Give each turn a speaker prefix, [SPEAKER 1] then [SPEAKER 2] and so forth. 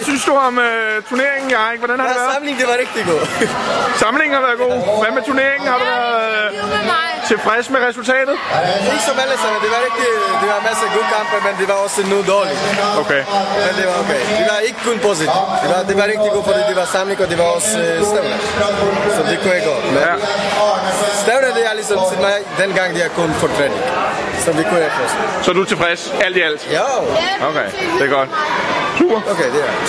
[SPEAKER 1] synes du om øh, turneringen, Jarik? Hvordan har det
[SPEAKER 2] Ja,
[SPEAKER 1] været?
[SPEAKER 2] samling, det var rigtig godt.
[SPEAKER 1] Samlingen har været god. Hvad med turneringen? Har du været øh,
[SPEAKER 3] med mig.
[SPEAKER 1] tilfreds med resultatet?
[SPEAKER 2] Ikke som alle sammen, det var rigtig, det var masser af gode kampe, men det var også nogle dårlige.
[SPEAKER 1] Okay.
[SPEAKER 2] Men det var okay. Det var ikke kun positivt. Det var, det var rigtig godt, fordi det var samling, og det var også øh, stævne. Så det kunne jeg godt. Men
[SPEAKER 1] Ja.
[SPEAKER 2] stævne, det er ligesom til mig, dengang det er kun for træning. Så det kunne jeg forstå.
[SPEAKER 1] Så er du tilfreds, alt i alt?
[SPEAKER 2] Jo,
[SPEAKER 1] Okay, det er godt. Super.
[SPEAKER 2] okay, det er